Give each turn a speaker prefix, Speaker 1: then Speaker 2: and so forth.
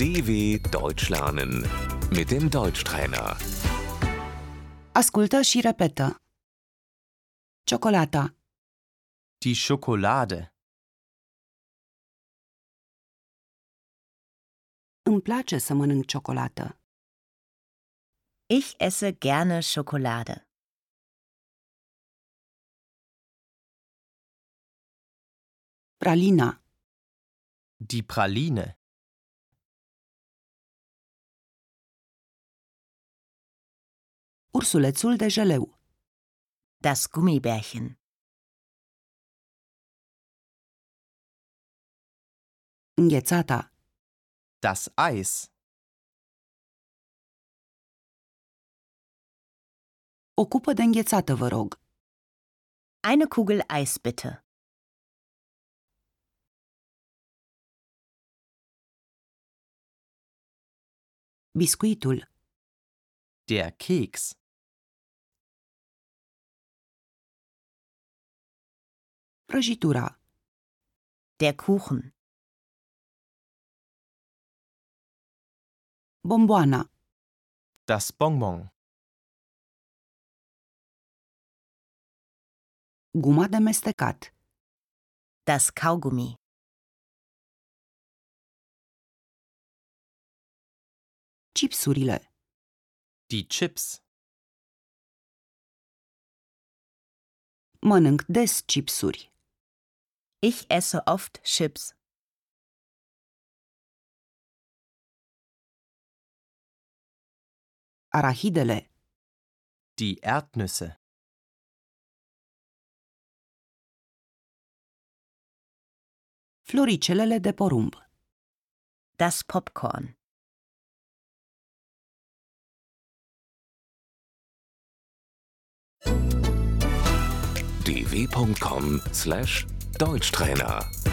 Speaker 1: DW Deutsch lernen mit dem Deutschtrainer.
Speaker 2: Ascultă și repetă. Ciocolata,
Speaker 3: Die Schokolade.
Speaker 2: îmi place să mănânc ciocolată.
Speaker 4: Ich esse gerne Schokolade.
Speaker 2: Pralina,
Speaker 3: Die Praline.
Speaker 2: ursulețul de jeleu,
Speaker 4: Das Gummibärchen.
Speaker 2: înghețata,
Speaker 3: Das Eis.
Speaker 2: o cupă de înghețată, vă rog,
Speaker 4: Eine Kugel Eis bitte.
Speaker 2: biscuitul,
Speaker 3: Der Keks.
Speaker 2: prăjitura,
Speaker 4: Der Kuchen.
Speaker 2: bomboana,
Speaker 3: Das Bonbon.
Speaker 2: guma de mestecat,
Speaker 4: Das Kaugummi.
Speaker 2: chipsurile,
Speaker 3: Die Chips.
Speaker 2: mănânc des chipsuri,
Speaker 4: Ich esse oft Chips.
Speaker 2: arahidele,
Speaker 3: Die Erdnüsse.
Speaker 2: floricelele de porumb,
Speaker 4: Das Popcorn.
Speaker 1: dw.com/deutschtrainer